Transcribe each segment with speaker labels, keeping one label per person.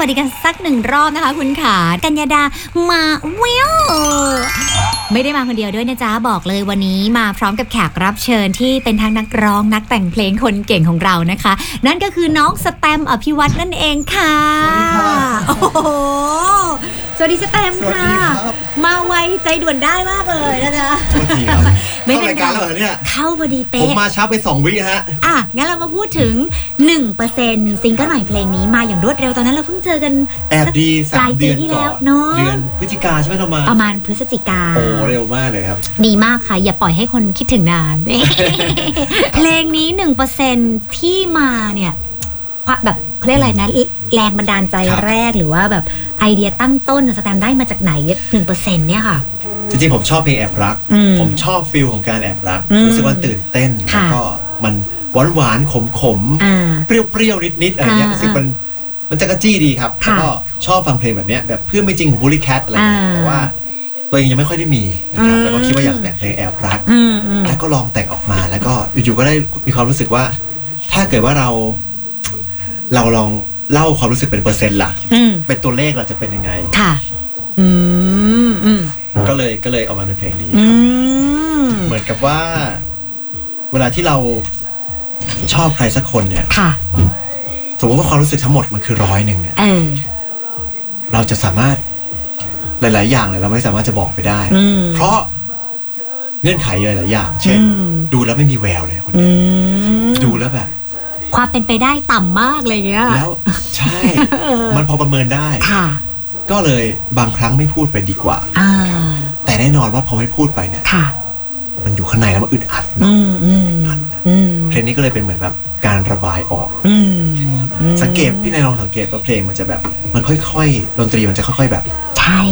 Speaker 1: วัสดีกันสักหนึ่งรอบนะคะคุณขากัญญาดามาวิวไม่ได้มาคนเดียวด้วยนะจ๊ะบอกเลยวันนี้มาพร้อมกับแขกรับเชิญที่เป็นทั้งนักร้องนักแต่งเพลงคนเก่งของเรานะคะ นั่นก็คือน้องสแตมป์อภิวัตนั่นเองค่ะโอ้โหสวัสดีสแตมป์
Speaker 2: สวัส
Speaker 1: ค่ะ
Speaker 2: ดีครับ
Speaker 1: มาไวใจด่วนได้มากเลยนะจ๊ะ
Speaker 2: โทษทีครับ
Speaker 1: ไม่
Speaker 2: เข้า
Speaker 1: เป็นไร
Speaker 2: รายการแล้วเหรอเนี่ย
Speaker 1: เข้าพอดี
Speaker 2: ผม
Speaker 1: เป๊ะ
Speaker 2: มาช้าไป 2 วิฮะ
Speaker 1: อ่ะ งั้นเรามาพูดถึง 1%ซิงเกิลใหม่เพลงนี้มาอย่างรวดเร็วตอนนั้นเราเพิ่งเจอกัน
Speaker 2: แอบดี
Speaker 1: ปลาย
Speaker 2: 3
Speaker 1: ปี
Speaker 2: เดือน
Speaker 1: ที่
Speaker 2: ก่
Speaker 1: แล้
Speaker 2: อ
Speaker 1: วน เนอะ
Speaker 2: เดือนพฤศจิกาใช่ไหมเรามา
Speaker 1: ประมาณพฤศจิกา
Speaker 2: โอ้เร็วมากเลยครับ
Speaker 1: ดีมากค่ะ อย่าปล่อยให้คนคิดถึง นาน เพลงนี้ 1%ที่มาเนี่ยความแบบเขาเรียกอะไรนะแรงบันดาลใจ
Speaker 2: ครับ
Speaker 1: แรกหรือว่าแบบไอเดียตั้งต้นสแตมป์ได้มาจากไหน 1%เนี่ยค่ะ
Speaker 2: จริงๆ ผมชอบเพลงแอบรัก
Speaker 1: อืม
Speaker 2: ผมชอบฟิลของการแอบรัก
Speaker 1: อืม
Speaker 2: รู้สึกว่าตื่นเต้น
Speaker 1: ค่ะ
Speaker 2: แล้วก็มันหวานหวานๆขมขมๆ
Speaker 1: อ่า
Speaker 2: เปรี้ยวเปรี้ยวนิดนิดๆอะไรเงี้ย
Speaker 1: อ่า
Speaker 2: รู้สึกมันมันจะกระจี้ดีครับ
Speaker 1: ค่ะ
Speaker 2: แล้วก็ชอบฟังเพลงแบบเนี้ยแบบเพื่อนไม่จริงของบูลี่แคทอะไรเงี้ย
Speaker 1: อ่า
Speaker 2: แต่ว่าตัวเองยังไม่ค่อยได้มีนะครับ
Speaker 1: อืม
Speaker 2: แล้วก็คิดว่าอยากแต่งเพลงแอบรัก
Speaker 1: อืมอืม
Speaker 2: แล้วก็ลองแต่งออกมาแล้วก็อยู่ๆก็ได้มีความรู้สึกว่า ถ้าเกิดว่าเรา เราลองเล่าความรู้สึกเป็นเปอร์เซ็นต์ล่ะ
Speaker 1: อืม
Speaker 2: เป็นตัวเลขเราจะเป็นยังไง
Speaker 1: ค่ะ อืม อืม
Speaker 2: ก็เลยก็เลยเออกมาเป็นเพลงนี้
Speaker 1: อื
Speaker 2: ครับ
Speaker 1: ม
Speaker 2: เหมือนกับว่า เวลาที่เราชอบใครสักคนเนี่ย
Speaker 1: ค่ะ
Speaker 2: สมมติว่าความรู้สึกทั้งหมดมันคือร้อยหนึ่งเนี่ย
Speaker 1: เออ
Speaker 2: เราจะสามารถหลาย ๆ อย่างเลยเราไม่สามารถจะบอกไปได้
Speaker 1: อืม
Speaker 2: เพราะเงื่อนไขหลายๆอย่าง เช่น
Speaker 1: อืม
Speaker 2: ดูแล้วไม่มีแววเลยคน
Speaker 1: อื
Speaker 2: นี้
Speaker 1: ม
Speaker 2: ดูแล้วแบบ
Speaker 1: ความเป็นไปได้ต่ำมากเลยเงี้ย
Speaker 2: แล้วใช่ มันพอประเมินได้
Speaker 1: ค่ะ
Speaker 2: ก็เลยบางครั้งไม่พูดไปดีกว่า
Speaker 1: อ่า
Speaker 2: แต่แน่นอนว่าพอไม่พูดไปเนี่ย
Speaker 1: ค่ะ
Speaker 2: มันอยู่ข้างในแล้วมันอึดอัด
Speaker 1: อืมอืมอืม
Speaker 2: เพลงนี้ก็เลยเป็นเหมือนแบบการระบายออก
Speaker 1: อืมอืม
Speaker 2: สังเกตพี่นายลองสังเกตว่าเพลงมันจะแบบ มันค่อยๆดนตรีมันจะค่อย ๆ แบบ
Speaker 1: ใช่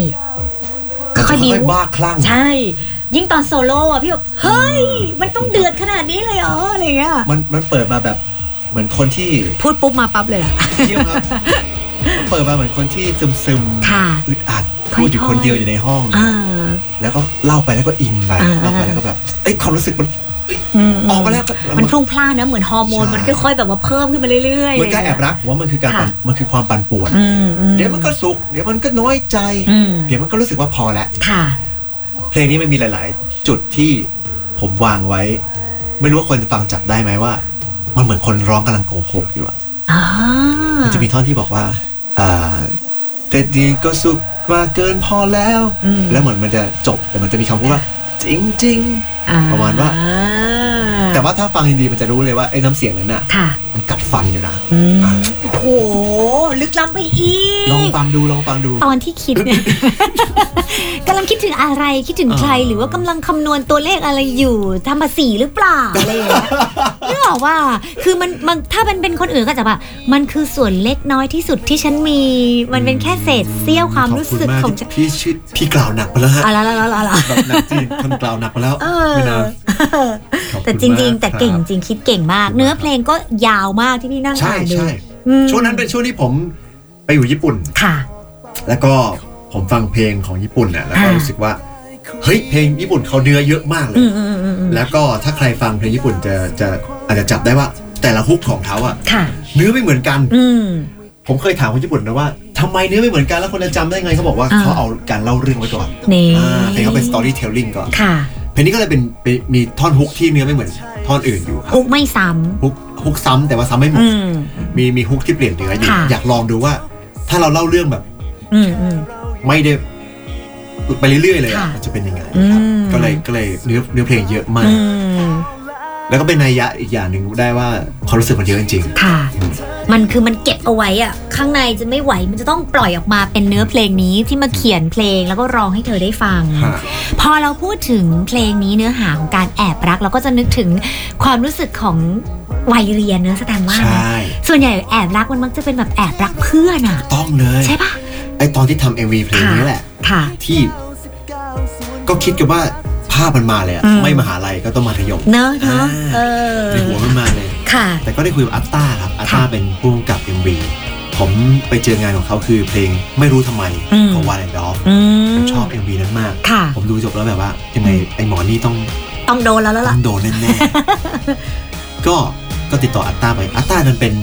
Speaker 2: มันจะ
Speaker 1: ค่อยๆบิ้ว
Speaker 2: ค่อยๆบ้าคลั่ง
Speaker 1: ใช่ ยิ่งตอนโซโล่อ่ะพี่แบบ เฮ้ย มันต้องเดือดขนาดนี้เลยเหรออะไรเงี้ย
Speaker 2: มันมันเปิดมาแบบเหมือนคนที่
Speaker 1: พูดปุ๊บมาปั๊บเลยอ่ะ
Speaker 2: เที่ยวครับมันเปิดมาเหมือนคนที่ซึมซึมๆ
Speaker 1: ค่ะ
Speaker 2: อึดอัดพูดอยู่
Speaker 1: ค่อยๆ
Speaker 2: คนเดียวอยู่ในห้อง
Speaker 1: อ่า
Speaker 2: แล้วก็เล่าไปแล้วก็อินไป
Speaker 1: อ่า
Speaker 2: เล่าไปแล้วก็แบบเอ้ยความรู้สึกมัน
Speaker 1: อืม
Speaker 2: ออกมาแล้วก็
Speaker 1: มันพรุ่งพล่านนะเหมือนฮอร์โมน
Speaker 2: ใช่
Speaker 1: มันค่อยๆแบบว่าเพิ่มขึ้นมาเรื่อยๆ
Speaker 2: เหมือนการแอ
Speaker 1: ะ
Speaker 2: บ
Speaker 1: ไเงี้ย
Speaker 2: รักผมว่ามันคือการปั่น
Speaker 1: ค่ะ
Speaker 2: มันคือความปั่นป่วน
Speaker 1: อืมอื
Speaker 2: เดี๋ยวมันก็สุข เดี๋ยวมันก็น้อยใจ
Speaker 1: อืม
Speaker 2: เดี๋ยวมันก็รู้สึกว่าพอแล้ว
Speaker 1: ค่ะ
Speaker 2: เพลงนี้มันมีหลาย ๆ จุดที่ผมวางไว้ ไม่รู้ว่าคนฟังจับได้ไหมว่า มันเหมือนคนร้องกำลังโกหกอยู่อะ
Speaker 1: อ่ามั
Speaker 2: มันจะมีท่อนที่บอกว่าอ่าแต่ดีก็สุขมาเกินพอแล้ว
Speaker 1: อืม
Speaker 2: แล้วเหมือนมันจะจบแต่มันจะมีคำพูดว่า จริง ประมาณว่า ๆ แต่ว่าถ้าฟังดีๆมันจะรู้เลยว่าไอ้น้ำเสียงนั้นน่ะ
Speaker 1: ค่ะ
Speaker 2: มันกัดฟันอยู่นะ
Speaker 1: อืมโอ้โห ลึกล้ำไปอี
Speaker 2: ลอง
Speaker 1: ก
Speaker 2: ฟังดูลองฟังดู
Speaker 1: ตอนที่คิดเนี่ย กำลังคิดถึงอะไรคิดถึงใคร
Speaker 2: อ่า
Speaker 1: หรือว่ากำลังคำนวณตัวเลขอะไรอยู่ทำภาษีหรือเปล่าอะไรอย่างเงี้ยนึกออกว่า คือมันมันถ้ามันเป็นคนอื่นก็จะแบบมันคือส่วนเล็กน้อยที่สุดที่ฉันมี มันเป็นแค่เศษเสี้ยวความรู้สึก
Speaker 2: ขอบ
Speaker 1: ข
Speaker 2: คุ
Speaker 1: อง
Speaker 2: ณมาก
Speaker 1: ฉัน
Speaker 2: ที่พี่ชื่อพี่กล่าวหนักไปแล้วฮะ
Speaker 1: อะไรอะไรอะไร
Speaker 2: แบบหนักจริงคนกล่าวหนักไปแล้ว
Speaker 1: เออ
Speaker 2: ไม่นานขอบคุณ
Speaker 1: แต่จริง
Speaker 2: มา
Speaker 1: ๆ แต่เก่ง
Speaker 2: ค
Speaker 1: จริงคิดเก่งมาก เนื้อเพลงก็ยาวมากที่พี่นั่
Speaker 2: บ
Speaker 1: ง
Speaker 2: ใช่
Speaker 1: อ่านดู
Speaker 2: ใช่
Speaker 1: อืม
Speaker 2: ช่วงนั้นเป็นช่วงที่ผมไปอยู่ญี่ปุ่น
Speaker 1: ค่ะ
Speaker 2: แล้วก็ผมฟังเพลงของญี่ปุ่นน่ะแล้วก็
Speaker 1: อ่า
Speaker 2: รู้สึกว่าเฮ้ยเพลงญี่ปุ่นเขาเนื้อเยอะมากเลย
Speaker 1: อืมอืมอืมอืม
Speaker 2: แล้วก็ถ้าใครฟังเพลงญี่ปุ่นจะจะอาจจะจับได้ว่า แต่ละฮุกของเขาอะ
Speaker 1: ค่ะ
Speaker 2: เนื้อไม่เหมือนกัน
Speaker 1: อืม
Speaker 2: ผมเคยถามคนญี่ปุ่นนะว่าทำไมเนื้อไม่เหมือนกันแล้วคนจะจำได้ไงเขาบอกว่า
Speaker 1: อ่า
Speaker 2: เขาเอาการเล่าเรื่องไว้ก่อน
Speaker 1: นี่
Speaker 2: อ่าเพลงเขาเป็น storytelling ก่อน
Speaker 1: ค่ะ
Speaker 2: เพลงนี้ก็เลยเป็นเป็นมีท่อนฮุกที่เนื้อไม่เหมือนท่อนอื่นอยู่ครับ
Speaker 1: อุกไม่ซ้
Speaker 2: ฮุกฮุกซ้ำแต่ว่าซ้ำไม่หม
Speaker 1: ำ
Speaker 2: ด
Speaker 1: อืม
Speaker 2: มีมีฮุกที่เปลี่ยนเนื้ออยู่
Speaker 1: ค่ะ
Speaker 2: อยากลองดูว่า ถ้าเราเล่าเรื่องแบบ
Speaker 1: อืมอืม
Speaker 2: ไม่ได้ไปเรื่อยๆเลยอะ
Speaker 1: ค่ะ
Speaker 2: มันจะเป็นยังไงนะครับ
Speaker 1: อืม
Speaker 2: ก็เลยก็เลยเนื้อเนื้อเพลงเยอะมาก
Speaker 1: อืม
Speaker 2: แล้วก็เป็นนัยยะอีกอย่างหนึ่งได้ว่าความรู้สึกมันเยอะจริง
Speaker 1: ค่ะ มันคือมันเก็บเอาไว้อะข้างในจะไม่ไหวมันจะต้องปล่อยออกมาเป็นเนื้อเพลงนี้ที่มาเขียนเพลงแล้วก็ร้องให้เธอได้ฟัง
Speaker 2: ๆฮะ
Speaker 1: พอเราพูดถึงเพลงนี้เนื้อหาของการแอบรัก เราก็จะนึกถึงความรู้สึกของวัยเรียนเนื้อะแสดงว่า
Speaker 2: ใช
Speaker 1: นะ
Speaker 2: ่
Speaker 1: ส่วนใหญ่แอบรักมันมักจะเป็นแบบแอบรักเพื่อนอะ
Speaker 2: ต้องเลย
Speaker 1: ใช่ปะ
Speaker 2: ไอตอนที่ทำเอ็มวีเพลงนี้แหละ
Speaker 1: ค่ะ
Speaker 2: ที่ก็คิดกันว่าภาพมันมาเลยอะ
Speaker 1: อืม
Speaker 2: ไม่มหาลัยก็ต้องมัธยม
Speaker 1: เนอะเนอะเออ
Speaker 2: ในหัวมันมาเลย
Speaker 1: ค่ะ
Speaker 2: แต่ก็ได้คุยกับอัตตาครับอัตตา
Speaker 1: ค่ะ
Speaker 2: เป็นผู้กำกับ MV ผมไปเจองานของเขาคือเพลงไม่รู้ทำไม
Speaker 1: อืม
Speaker 2: ของวานแอนด์ดอฟ
Speaker 1: อืม
Speaker 2: ชอบ MV นั้นมาก
Speaker 1: ค่ะ
Speaker 2: ผมดูจบแล้วแบบว่า ยังไงไอหมอนี่ต้อง
Speaker 1: ต้องโดนแล้วแล้ว
Speaker 2: ต้
Speaker 1: ล่ะ
Speaker 2: องโดนแน่ๆ ก็ก็ติดต่ออัตตาไปอัตตานั้นเป็น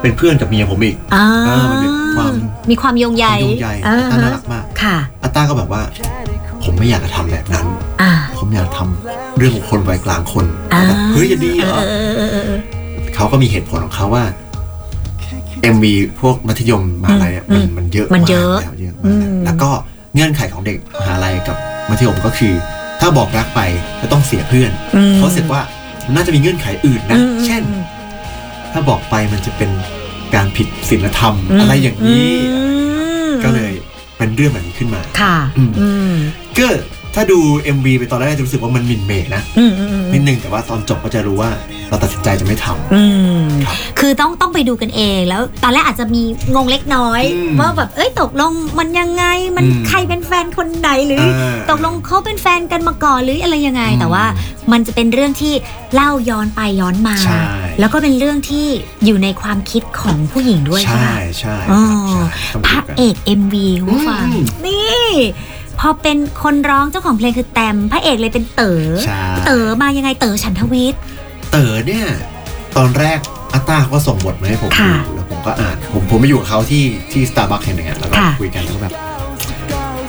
Speaker 2: เป็นเพื่อนกับเมียผมอีก
Speaker 1: อ่า
Speaker 2: เออมันเป็น ความ
Speaker 1: มีความโยงใย
Speaker 2: ความยุ่งใหญ่
Speaker 1: อ่า
Speaker 2: อัตตา
Speaker 1: ฮะ
Speaker 2: น่ารักมาก
Speaker 1: ค่ะ
Speaker 2: อัตตาก็แบบว่า ผมไม่อยากจะทำแบบนั้น
Speaker 1: อ่า
Speaker 2: ผมอยากทำเรื่องของคนวัยกลางคน
Speaker 1: อ่า
Speaker 2: แบบเฮ้ยจะดี
Speaker 1: เอ
Speaker 2: เหร
Speaker 1: อ
Speaker 2: อ
Speaker 1: เออเออเออเออ
Speaker 2: เขาก็มีเหตุผลของเขาว่า MV พวกมัธยมมหาลัยอะ
Speaker 1: อื
Speaker 2: มัน
Speaker 1: ม
Speaker 2: มันเยอะ
Speaker 1: มันเยอะ
Speaker 2: ากแล้วเยอะมาก
Speaker 1: อืม
Speaker 2: แล้วก็เงื่อนไขของเด็กมหาลัยกับมัธยมก็คือ ถ้าบอกรักไปก็ต้องเสียเพื่อน
Speaker 1: อืม
Speaker 2: เขาเสร็จว่ามันน่าจะมีเงื่อนไขอื่น
Speaker 1: อื
Speaker 2: นะ
Speaker 1: ม
Speaker 2: เช่น ถ้าบอกไปมันจะเป็นการผิดศีลธรรม
Speaker 1: ม
Speaker 2: อะไรอย่างนี้
Speaker 1: อืม
Speaker 2: ก็เลยเป็นเรื่องแบบนี้ขึ้นมา
Speaker 1: ค่ะ
Speaker 2: อืม
Speaker 1: อืม
Speaker 2: ก็ถ้าดู MV ไปตอนแรกจะรู้สึกว่ามันหมินเหมนะ
Speaker 1: อืมอืมอืม
Speaker 2: นิดนึงแต่ว่าตอนจบก็จะรู้ว่าเราตัดสินใจจะไม่ทำ
Speaker 1: อืม
Speaker 2: ครับ
Speaker 1: คือต้องต้องไปดูกันเองแล้วตอนแรกอาจจะมีงงเล็กน้อย
Speaker 2: อืม
Speaker 1: ว่าแบบเอ้ยตกลงมันยังไงมัน
Speaker 2: อืม
Speaker 1: ใครเป็นแฟนคนไหนหรือ
Speaker 2: อ่า
Speaker 1: ตกลงเขาเป็นแฟนกันมาก่อนหรืออะไรยังไง
Speaker 2: อืม
Speaker 1: แต่ว่ามันจะเป็นเรื่องที่เล่าย้อนไปย้อนมา
Speaker 2: ใช่
Speaker 1: แล้วก็เป็นเรื่องที่อยู่ในความคิดของผู้หญิงด้วยใช่
Speaker 2: ใช่
Speaker 1: ไหม
Speaker 2: ใช่
Speaker 1: อ๋อ
Speaker 2: ครับใช่
Speaker 1: พ
Speaker 2: ต้องดู
Speaker 1: ระ
Speaker 2: กัน
Speaker 1: เอก MV คุณผู้ฟัง
Speaker 2: อืม
Speaker 1: นี่พอเป็นคนร้องเจ้าของเพลงคือแตมพระเอกเลยเป็นเต๋อ
Speaker 2: ใช่
Speaker 1: เต๋อมายังไงเต๋อฉันทวิทย์
Speaker 2: เต๋อเนี่ย ตอนแรกอาต้าเขาก็ส่งบทมาให้ผม
Speaker 1: ค่ะ
Speaker 2: ดูแล้วผมก็อ่าน ผมผมไปอยู่กับเขาที่ที่สตาร์บัคแห่งหนึ่งอะแล้วก็
Speaker 1: ค่ะ
Speaker 2: คุยกันแล้วก็แบบ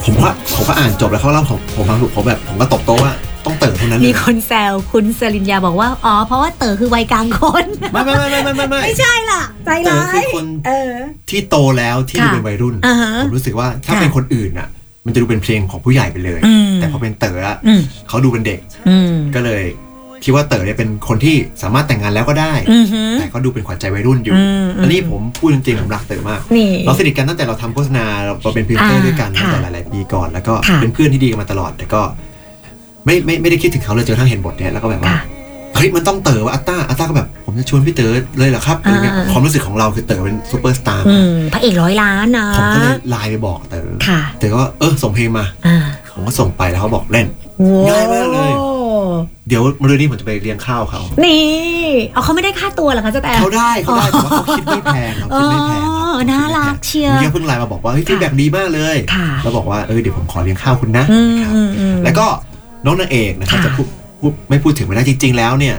Speaker 2: ผมก็ผมก็อ่านจบแล้วเขาเล่าของผมฟังถูกผมแบบ ผมก็ตบโต๊ะว่าต้องเต๋อเท่านั้นเล
Speaker 1: มี
Speaker 2: ย
Speaker 1: คนแซวคุณสริญญาบอกว่าอ๋อเพราะว่าเต๋อคือวัยกลางคน
Speaker 2: ไม่ไม่ไม่ไม่ไม่ไม่ไม่
Speaker 1: ไม่ใช่ล่ะ ใจ
Speaker 2: เต๋อ
Speaker 1: ร้า
Speaker 2: คื
Speaker 1: ย
Speaker 2: อคน
Speaker 1: เออ
Speaker 2: ที่โตแล้วที่
Speaker 1: ค่ะ
Speaker 2: เป็นวัยรุ่น
Speaker 1: อ่าฮะ
Speaker 2: ผมรู้สึกว่าถ้า
Speaker 1: ค่ะ
Speaker 2: เป็นคนอื่นอ่ะ มันจะดูเป็นเพลงของผู้ใหญ่ไปเลย
Speaker 1: อืม
Speaker 2: แต่พอเป็นเต๋ออะ
Speaker 1: อืม
Speaker 2: เขาดูเป็นเด็ก
Speaker 1: อืม
Speaker 2: ก็เลย คิดว่าเต๋อเนี่ยเป็นคนที่สามารถแต่งงานแล้วก็ได้
Speaker 1: อือหือ
Speaker 2: แต่ก็ดูเป็นขวัญใจวัยรุ่นอยู่
Speaker 1: อืมอืม
Speaker 2: อันนี้ผมพูดจริงๆ ผมรักเต๋อมาก
Speaker 1: นี่
Speaker 2: เราสนิทกันตั้งแต่เราทำโฆษณา เราเป็นพรีเซนเตอร์
Speaker 1: อ่า
Speaker 2: ด้วยกันตั้งแต่ห
Speaker 1: ค่ะ
Speaker 2: ลายๆปีก่อน แล้วก็
Speaker 1: ค่ะ
Speaker 2: เป็นเพื่อนที่ดีกันมาตลอด แต่ก็ ไม่ไม่ไม่ได้คิดถึงเขาเลยจนกระทั่งเห็นบทเนี้ยแล้วก็แบบว่า
Speaker 1: ค่ะ
Speaker 2: เฮ้ยมันต้องเต๋อว่าอัตตาอัตตาก็แบบ ผมจะชวนพี่เต๋อเลยเหรอครับอะไรเงี้ย
Speaker 1: อ่า
Speaker 2: ความรู้สึกของเราคือเต๋อเป็นซูเปอร์สตาร์
Speaker 1: อืมพระเอกร้อยล้านนะ
Speaker 2: ผมก็เลยไลน์ไปบอกเต๋อ
Speaker 1: ค่ะ
Speaker 2: เต๋อก็เออส่งเพลงมา
Speaker 1: อ่า
Speaker 2: ผมก็ส่งไปแล้วเขาบอกเล่น ง่ายมากเลย
Speaker 1: โอ้
Speaker 2: เดี๋ยวมะรืนนี้ผมจะไปเลี้ยงข้าวเขา
Speaker 1: นี่เอาเขาไม่ได้ค่าตัวเหรอคะเจ๊แตม
Speaker 2: เขาได้เขาได้แต่ว่าเขาคิดไม่แพงเขาคิดไม่แพงคบ
Speaker 1: อ๋อ
Speaker 2: เขคิดไม่แพง
Speaker 1: น่ารักเชียว
Speaker 2: มื่อกี้เพิ่งไลน์มาบอกว่าเฮ้ยฟีดแบ็ดีมากเลย
Speaker 1: ค่ะ
Speaker 2: แล้วบอกว่าเออเดี๋ยวผมขอเลี้ยงข้าวคุณนะ
Speaker 1: อืม
Speaker 2: ครับ
Speaker 1: อืมอืม
Speaker 2: แล้วก็น้องนางเอกนะครับ
Speaker 1: ค่ะ
Speaker 2: จะพูดพูดไม่พูดถึงไม่ได้จริง ๆ แล้วเนี่ย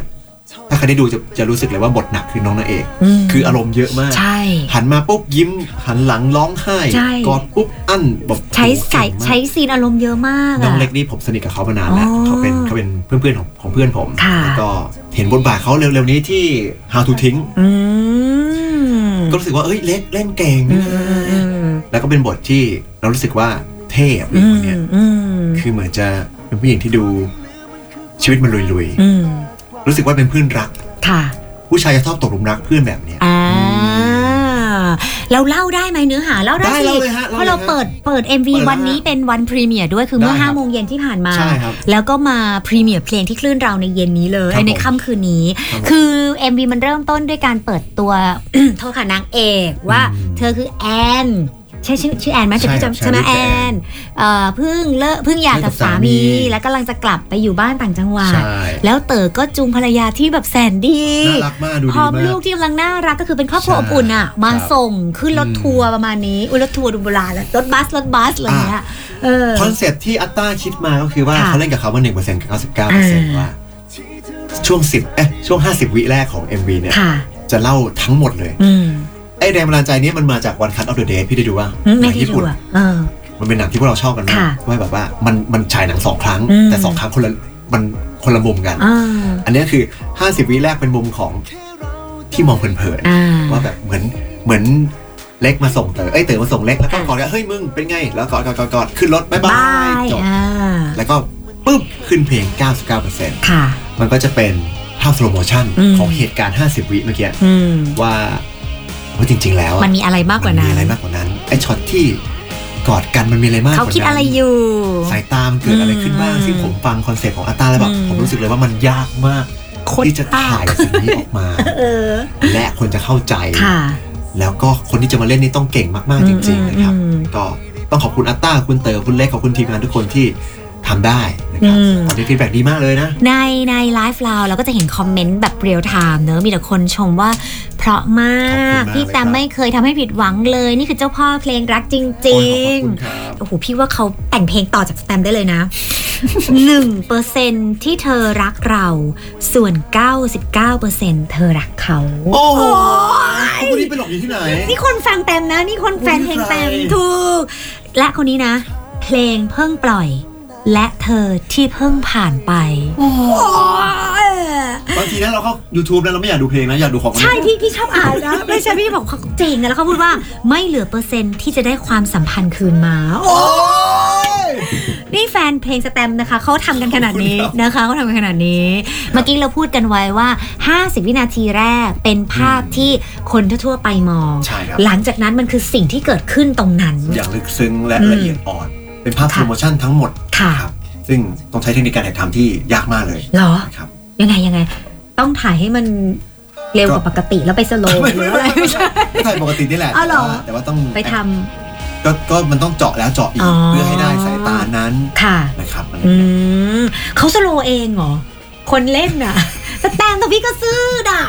Speaker 2: ถ้าใครได้ดูจะจะรู้สึกเลยว่าบทหนักคือน้องนางเอก
Speaker 1: ม
Speaker 2: คืออารมณ์เยอะมาก
Speaker 1: ใช่
Speaker 2: หันมาปุ๊บยิ้ม หันหลังร้องไห้
Speaker 1: ใช่
Speaker 2: กอดปุ๊บอั้นแบบ
Speaker 1: ใช้ใส่
Speaker 2: โอ้โห
Speaker 1: ใช้ซีนอารมณ์เยอะมาก
Speaker 2: เก่งมากน้อง
Speaker 1: อะ
Speaker 2: เล็กนี่ผมสนิทกับเขามานานแล้ว
Speaker 1: อ๋อ
Speaker 2: เขาเป็นเขาเป็นเพื่อนๆของของเพื่อนผม
Speaker 1: ค่ะ
Speaker 2: แล้วก็เห็นบทบาทเขาเร็วๆนี้ที่ How to ทิ้ง
Speaker 1: อืม
Speaker 2: ก็รู้สึกว่าเอ้ยเล็กเล่นเก่ง
Speaker 1: อื
Speaker 2: นี่
Speaker 1: ม
Speaker 2: นะ
Speaker 1: อืมอืม
Speaker 2: แล้วก็เป็นบทที่เรารู้สึกว่าเท่อะผู้หญิงคนเนี้ย
Speaker 1: อืม
Speaker 2: คือเหมือนจะเป็นผู้หญิงที่ดูชีวิตมันลุย
Speaker 1: อืม
Speaker 2: ๆ รู้สึกว่าเป็นเพื่อนรัก
Speaker 1: ค่ะ
Speaker 2: ผู้ชายจะชอบตกหลุมรักเพื่อนแบบเนี้ย
Speaker 1: อ่าเราเล่าได้ไหมเนื้อหาเล่าได้
Speaker 2: ได้
Speaker 1: สิ
Speaker 2: เล่าเลยฮะ
Speaker 1: เพราะเรา
Speaker 2: เล่าเลยฮะ
Speaker 1: เปิดเปิด MV
Speaker 2: เปิดแล้ว
Speaker 1: วันนี้เป็นวันพรีเมียร์ด้วยคือเมื่อ
Speaker 2: ได้ครับ
Speaker 1: 5โมงเย็นที่ผ่านมา
Speaker 2: ใช่ครับ
Speaker 1: แล้วก็มาพรีเมียร์เพลงที่คลื่นเราในเย็นนี้เลย
Speaker 2: ครับ
Speaker 1: ใน
Speaker 2: ผม
Speaker 1: ค่ำคืนนี้
Speaker 2: ครับผม
Speaker 1: คือ MV มันเริ่มต้นด้วยการเปิดตัว โทษค่ะนางเอกว่า
Speaker 2: อืม
Speaker 1: เธอคือแอนใช่ชื่อชื่อแอนไหม
Speaker 2: ใช่
Speaker 1: จะพี่
Speaker 2: ครับ
Speaker 1: จำใช่ไหม
Speaker 2: ใช่
Speaker 1: แอ
Speaker 2: ชื่อแอน
Speaker 1: นเอ่อเพิ่งเลิกเพิ่งหย่า
Speaker 2: เลิกกั
Speaker 1: กับบ สา
Speaker 2: สามี
Speaker 1: มีแล้วกำลังจะกลับไปอยู่บ้านต่างจังหวัด
Speaker 2: ใช่
Speaker 1: แล้วเต๋อก็จูงภรรยาที่แบบแสนดี
Speaker 2: น่ารักมากดู
Speaker 1: พ
Speaker 2: ดี
Speaker 1: ร้อม
Speaker 2: มา
Speaker 1: ลูก
Speaker 2: ก
Speaker 1: ที่กำลังน่ารักก็คือเป็นครอบครัวอ
Speaker 2: ใช่
Speaker 1: บอุ่นอ่ะ มา
Speaker 2: ครับ
Speaker 1: ส่งขึ้นรถ
Speaker 2: อืม
Speaker 1: ทัวร์ประมาณนี้อุ้ยรถทัวร์ดูโบราณแล้วรถบัสรถบัสอะไรเงี้ย
Speaker 2: อ่ะ
Speaker 1: เออ
Speaker 2: คอนเซ็ปต์ที่อัตตาคิดมาก็คือว่า
Speaker 1: ค่ะ
Speaker 2: เขาเล่นกับเขาว่าหนึ่งเปอร์เซ็นต์กับเก้าสิบเก้าเปอร์เซ็นต์
Speaker 1: อ่า
Speaker 2: ว่า ช่วงสิบเอ๊ะช่วงห้าสิบวิแรกของ MV เนี่ย
Speaker 1: ค่ะ
Speaker 2: จะเล่าทั้งหมดเลย
Speaker 1: อืม
Speaker 2: ไอ้แรงบันดาลใจเนี้มันมาจากวันคั t ออฟเดอะเดย์พี่ได้ดูว่า
Speaker 1: อืม
Speaker 2: ห
Speaker 1: ไม่
Speaker 2: นัง
Speaker 1: ได้
Speaker 2: ญี่
Speaker 1: ดู
Speaker 2: ปุ่น
Speaker 1: อ่ะเออ
Speaker 2: มันเป็นหนังที่พวกเราชอบกันมา
Speaker 1: ค่ะ
Speaker 2: กว่าแบบว่ามันมันฉายหนังสองครั้ง
Speaker 1: อืม
Speaker 2: แต่สองครั้งคนละมันคนละมุมกัน
Speaker 1: อ่า
Speaker 2: อันนี้คือ 50 วิแรกเป็นมุมของที่มองเผิน
Speaker 1: อ่า
Speaker 2: ๆว่าแบบเหมือนเหมือนเล็กมาส่งเต๋อเอ้ยเต๋อมาส่งเล็กแล้วก็
Speaker 1: อ่ะ
Speaker 2: กอดกันเฮ้ยมึงเป็นไง แล้วกอดกอดกอดกอดขึ้นรถบายบา
Speaker 1: บาย ย
Speaker 2: จบ
Speaker 1: อ่า
Speaker 2: แล้วก็ปุ๊บขึ้นเพลง 99%
Speaker 1: ค่ะ
Speaker 2: มันก็จะเป็นภาพสโลโมชั่น
Speaker 1: อืม
Speaker 2: ของเหตุการณ์ 50 วิเมื่อกี้
Speaker 1: อืม
Speaker 2: ว่าว่าจริง ๆ แล้วอะ
Speaker 1: มันมีอะไรมากกว่านั้
Speaker 2: มี
Speaker 1: น
Speaker 2: อะไรมากกว่านั้นไอ้ช็อตที่กอดกันมันมีอะไรมากก
Speaker 1: เขา
Speaker 2: ว่านั้น
Speaker 1: คิดอะไรอยู่
Speaker 2: สายตามนเกิดอะไรขึ้นบ้าง
Speaker 1: อืม
Speaker 2: ซึ่งผมฟังคอนเซ็ปต์ของอาตาแล้วแบบ
Speaker 1: อืม
Speaker 2: ผมรู้สึกเลยว่ามันยากมาก
Speaker 1: โคตร
Speaker 2: ที่จะถ่ายสิ่งนี้ออกมา
Speaker 1: เออ
Speaker 2: และคนจะเข้าใจ
Speaker 1: ค่ะ
Speaker 2: แล้วก็คนที่จะมาเล่นนี่ต้องเก่งมาก ๆ จริง ๆ นะครับ
Speaker 1: อืม
Speaker 2: ก็ต้องขอบคุณอาตาคุณเต๋อคุณเล็กขอบคุณทีมงานทุกคนที่ทำได้นะครับ
Speaker 1: อืม
Speaker 2: ตอนนี้ฟีดแบ็ดีมากเลยนะ
Speaker 1: ในในไลฟ์เราเราก็จะเห็นคอมเมนต์แบบเรียลไทม์เนอะมีแต่คนชมว่า เพราะม
Speaker 2: ข
Speaker 1: า
Speaker 2: อบคุณมาก ก
Speaker 1: พี่
Speaker 2: เลย
Speaker 1: แตม
Speaker 2: ครับ
Speaker 1: ไม่เคยทำให้ผิดหวังเลย นี่คือเจ้าพ่อเพลงรักจริ
Speaker 2: โอ้ยขอ
Speaker 1: ง
Speaker 2: บคุณครับ
Speaker 1: ๆ โอ้โห พี่ว่าเขาแต่งเพลงต่อจากสแตมได้เลยนะ 1เปอร์เซนที่เธอรักเรา ส่วน 99เปอร์เซนเธอรักเขา
Speaker 2: โอ้โห
Speaker 1: โอ้ย
Speaker 2: เขาคนนี้ไปหลอกอยู่ที่ไหน
Speaker 1: นี่คนฟังเต็มนะ นี่คนแฟนเพลงเต็ม
Speaker 2: คนที่ใคร
Speaker 1: ถูก และคนนี้นะ เพลงเพิ่งปล่อย และเธอที่เพิ่งผ่านไปโอ้ย
Speaker 2: บางทีนะเราเข้า YouTube นะเราไม่อยากดูเพลงนะ อยากดูของคน
Speaker 1: ใช่
Speaker 2: อื่น
Speaker 1: ที่พี่ชอบอ่านนะไม่ใช่พี่บอกเขาเจ๋งนะแล้วเขาพูดว่าไม่เหลือเปอร์เซ็นต์ที่จะได้ความสัมพันธ์คืนมาโอ้
Speaker 2: โอ้ย
Speaker 1: นี่แฟนเพลงสแตมป์นะคะเขาทำกันขนาดนี้
Speaker 2: ขอบคุณครับ
Speaker 1: นะคะเขาทำกันขนาดนี้ เมื่อกี้เราพูดกันไว้ว่า 50 วินาทีแรกเป็นภาพที่คนทั่วๆไปมอง
Speaker 2: ใช่ครับ
Speaker 1: หลังจากนั้นมันคือสิ่งที่เกิดขึ้นตรงนั้น
Speaker 2: อย่างลึกซึ้งและ
Speaker 1: อืม
Speaker 2: ละเอียดอ่อน เป็นภาพ
Speaker 1: ค่ะ
Speaker 2: โปรโมชั่นทั้งหมด
Speaker 1: ค่ะ
Speaker 2: ครับ ซึ่งต้องใช้เทคนิคการถ่ายทำที่ยากมากเลย
Speaker 1: เหรอ
Speaker 2: นะครับ
Speaker 1: ยังไงยังไง ต้องถ่ายให้มันเร็วกว่าปกติแล้วไปสโลว์
Speaker 2: ไม่
Speaker 1: หรือ
Speaker 2: ไม่ไม่
Speaker 1: อะไร
Speaker 2: ไม่ไม่ถ่ายปกตินี่แหละ
Speaker 1: เอาเหรอ
Speaker 2: แต่ว่าแต่ว่าต้อง
Speaker 1: ไปทำ
Speaker 2: ก็ก็มันต้องเจาะแล้วเจาะอี
Speaker 1: อ๋
Speaker 2: ก
Speaker 1: อ
Speaker 2: เพื่อให้ได้สายตานั้น
Speaker 1: ค่ะ
Speaker 2: นะครับอะไร
Speaker 1: อืมเขาสโลว์เองเหรอ คนเล่นน่ะ แต่แตงตัวพี่ก็ซื้อด่ะ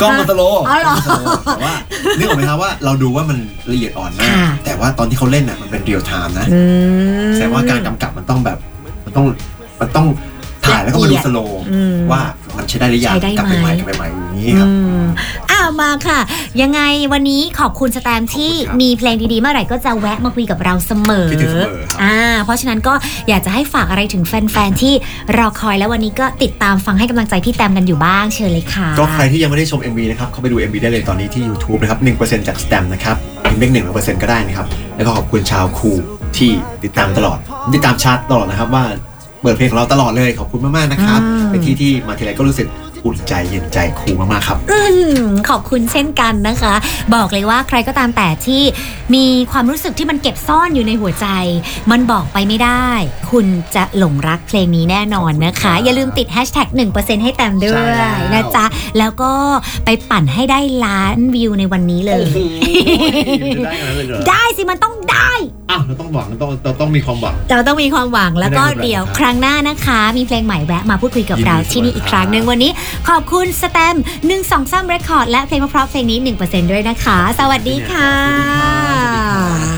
Speaker 2: กล้องมันสโลว์
Speaker 1: อ๋อเหรอก
Speaker 2: ล้งมันสโลว์แต่ว่านึกออกไหมครับว่าเราดูว่ามันละเอียดอ่อนมาก
Speaker 1: ค่ะ
Speaker 2: แต่ว่าตอนที่เขาเล่นน่ะมันเป็นเรียลไทม์นะ
Speaker 1: อืม
Speaker 2: แสดงว่าการกำกับมันต้องแบบ มันต้องมันต้องถ่ายแล้วก็มาดูสโลว์
Speaker 1: อืม
Speaker 2: ว่ามันใช้ได้หรือยัง
Speaker 1: ใช้ได้ไหม
Speaker 2: กลัไปใหม่กลับไปใหม่อย่างนี้ครับ
Speaker 1: อืมอ้าวมาค่ะ ยังไงวันนี้ขอบคุณสแตมป์ที่
Speaker 2: ขอบคุณครับ
Speaker 1: มีเพลงดีๆ เมื่อไหร่ก็จะแวะมาคุยกับเราเสมอ
Speaker 2: คิดถึงเสมอครับ
Speaker 1: อ่าเพราะฉะนั้นก็อยากจะให้ฝากอะไรถึงแฟนๆที่รอคอยแล้ววันนี้ก็ติดตามฟังให้กำลังใจพี่แตมกันอยู่บ้างเชิญเลยค่ะ
Speaker 2: ก็ใครที่ยังไม่ได้ชม MV นะครับ เข้าไปดู MV ได้เลยตอนนี้ที่ YouTube นะครับ 1%จากสแตมนะครับพิมพ์เลขหนึ่งเปอร์เซ็นต์ก็ได้นะครับ แล้วก็ขอบคุณชาวคูที่ติดตามตลอด ติดตามชาร์ตตลอดนะครับว่าเปิดเพลงของเราตลอดเลยขอบคุณมากๆนะครับ
Speaker 1: อืม
Speaker 2: เป็นที่ที่มาทีไรก็รู้สึกอุ่นใจเย็นใจคูมากๆครับ
Speaker 1: อืม ขอบคุณเช่นกันนะคะ บอกเลยว่าใครก็ตามแต่ที่มีความรู้สึกที่มันเก็บซ่อนอยู่ในหัวใจ มันบอกไปไม่ได้ คุณจะหลงรักเพลงนี้แน่นอนนะคะ อย่าลืมติด hashtag 1%ให้แตมด้วยนะจ๊ะ แล้วก็ไปปั่นให้ได้ล้านวิวในวันนี้เลย
Speaker 2: จะได้ขนาดนั้นเลยเหรอ
Speaker 1: ได้สิมันต้องได้
Speaker 2: อ้าวเราต้องหวังเราต้องเราต้องมีความหวัง
Speaker 1: เราต้องมีความหวังแล้วก็
Speaker 2: ไม่น่าเป็นไร
Speaker 1: เดี๋ยวครั้งหน้านะคะ มีเพลงใหม่แวะมาพูดคุยกับ
Speaker 2: ยินดี
Speaker 1: เราที่นี่อีกครั้งหนึ่ง
Speaker 2: ครับ
Speaker 1: วันนี้ ขอบคุณสแตม1 2 3 Record และเพลงเพราะๆเพลงนี้ 1%ด้วยนะคะ สวัสดีค่ะ
Speaker 2: สวัสดีครับ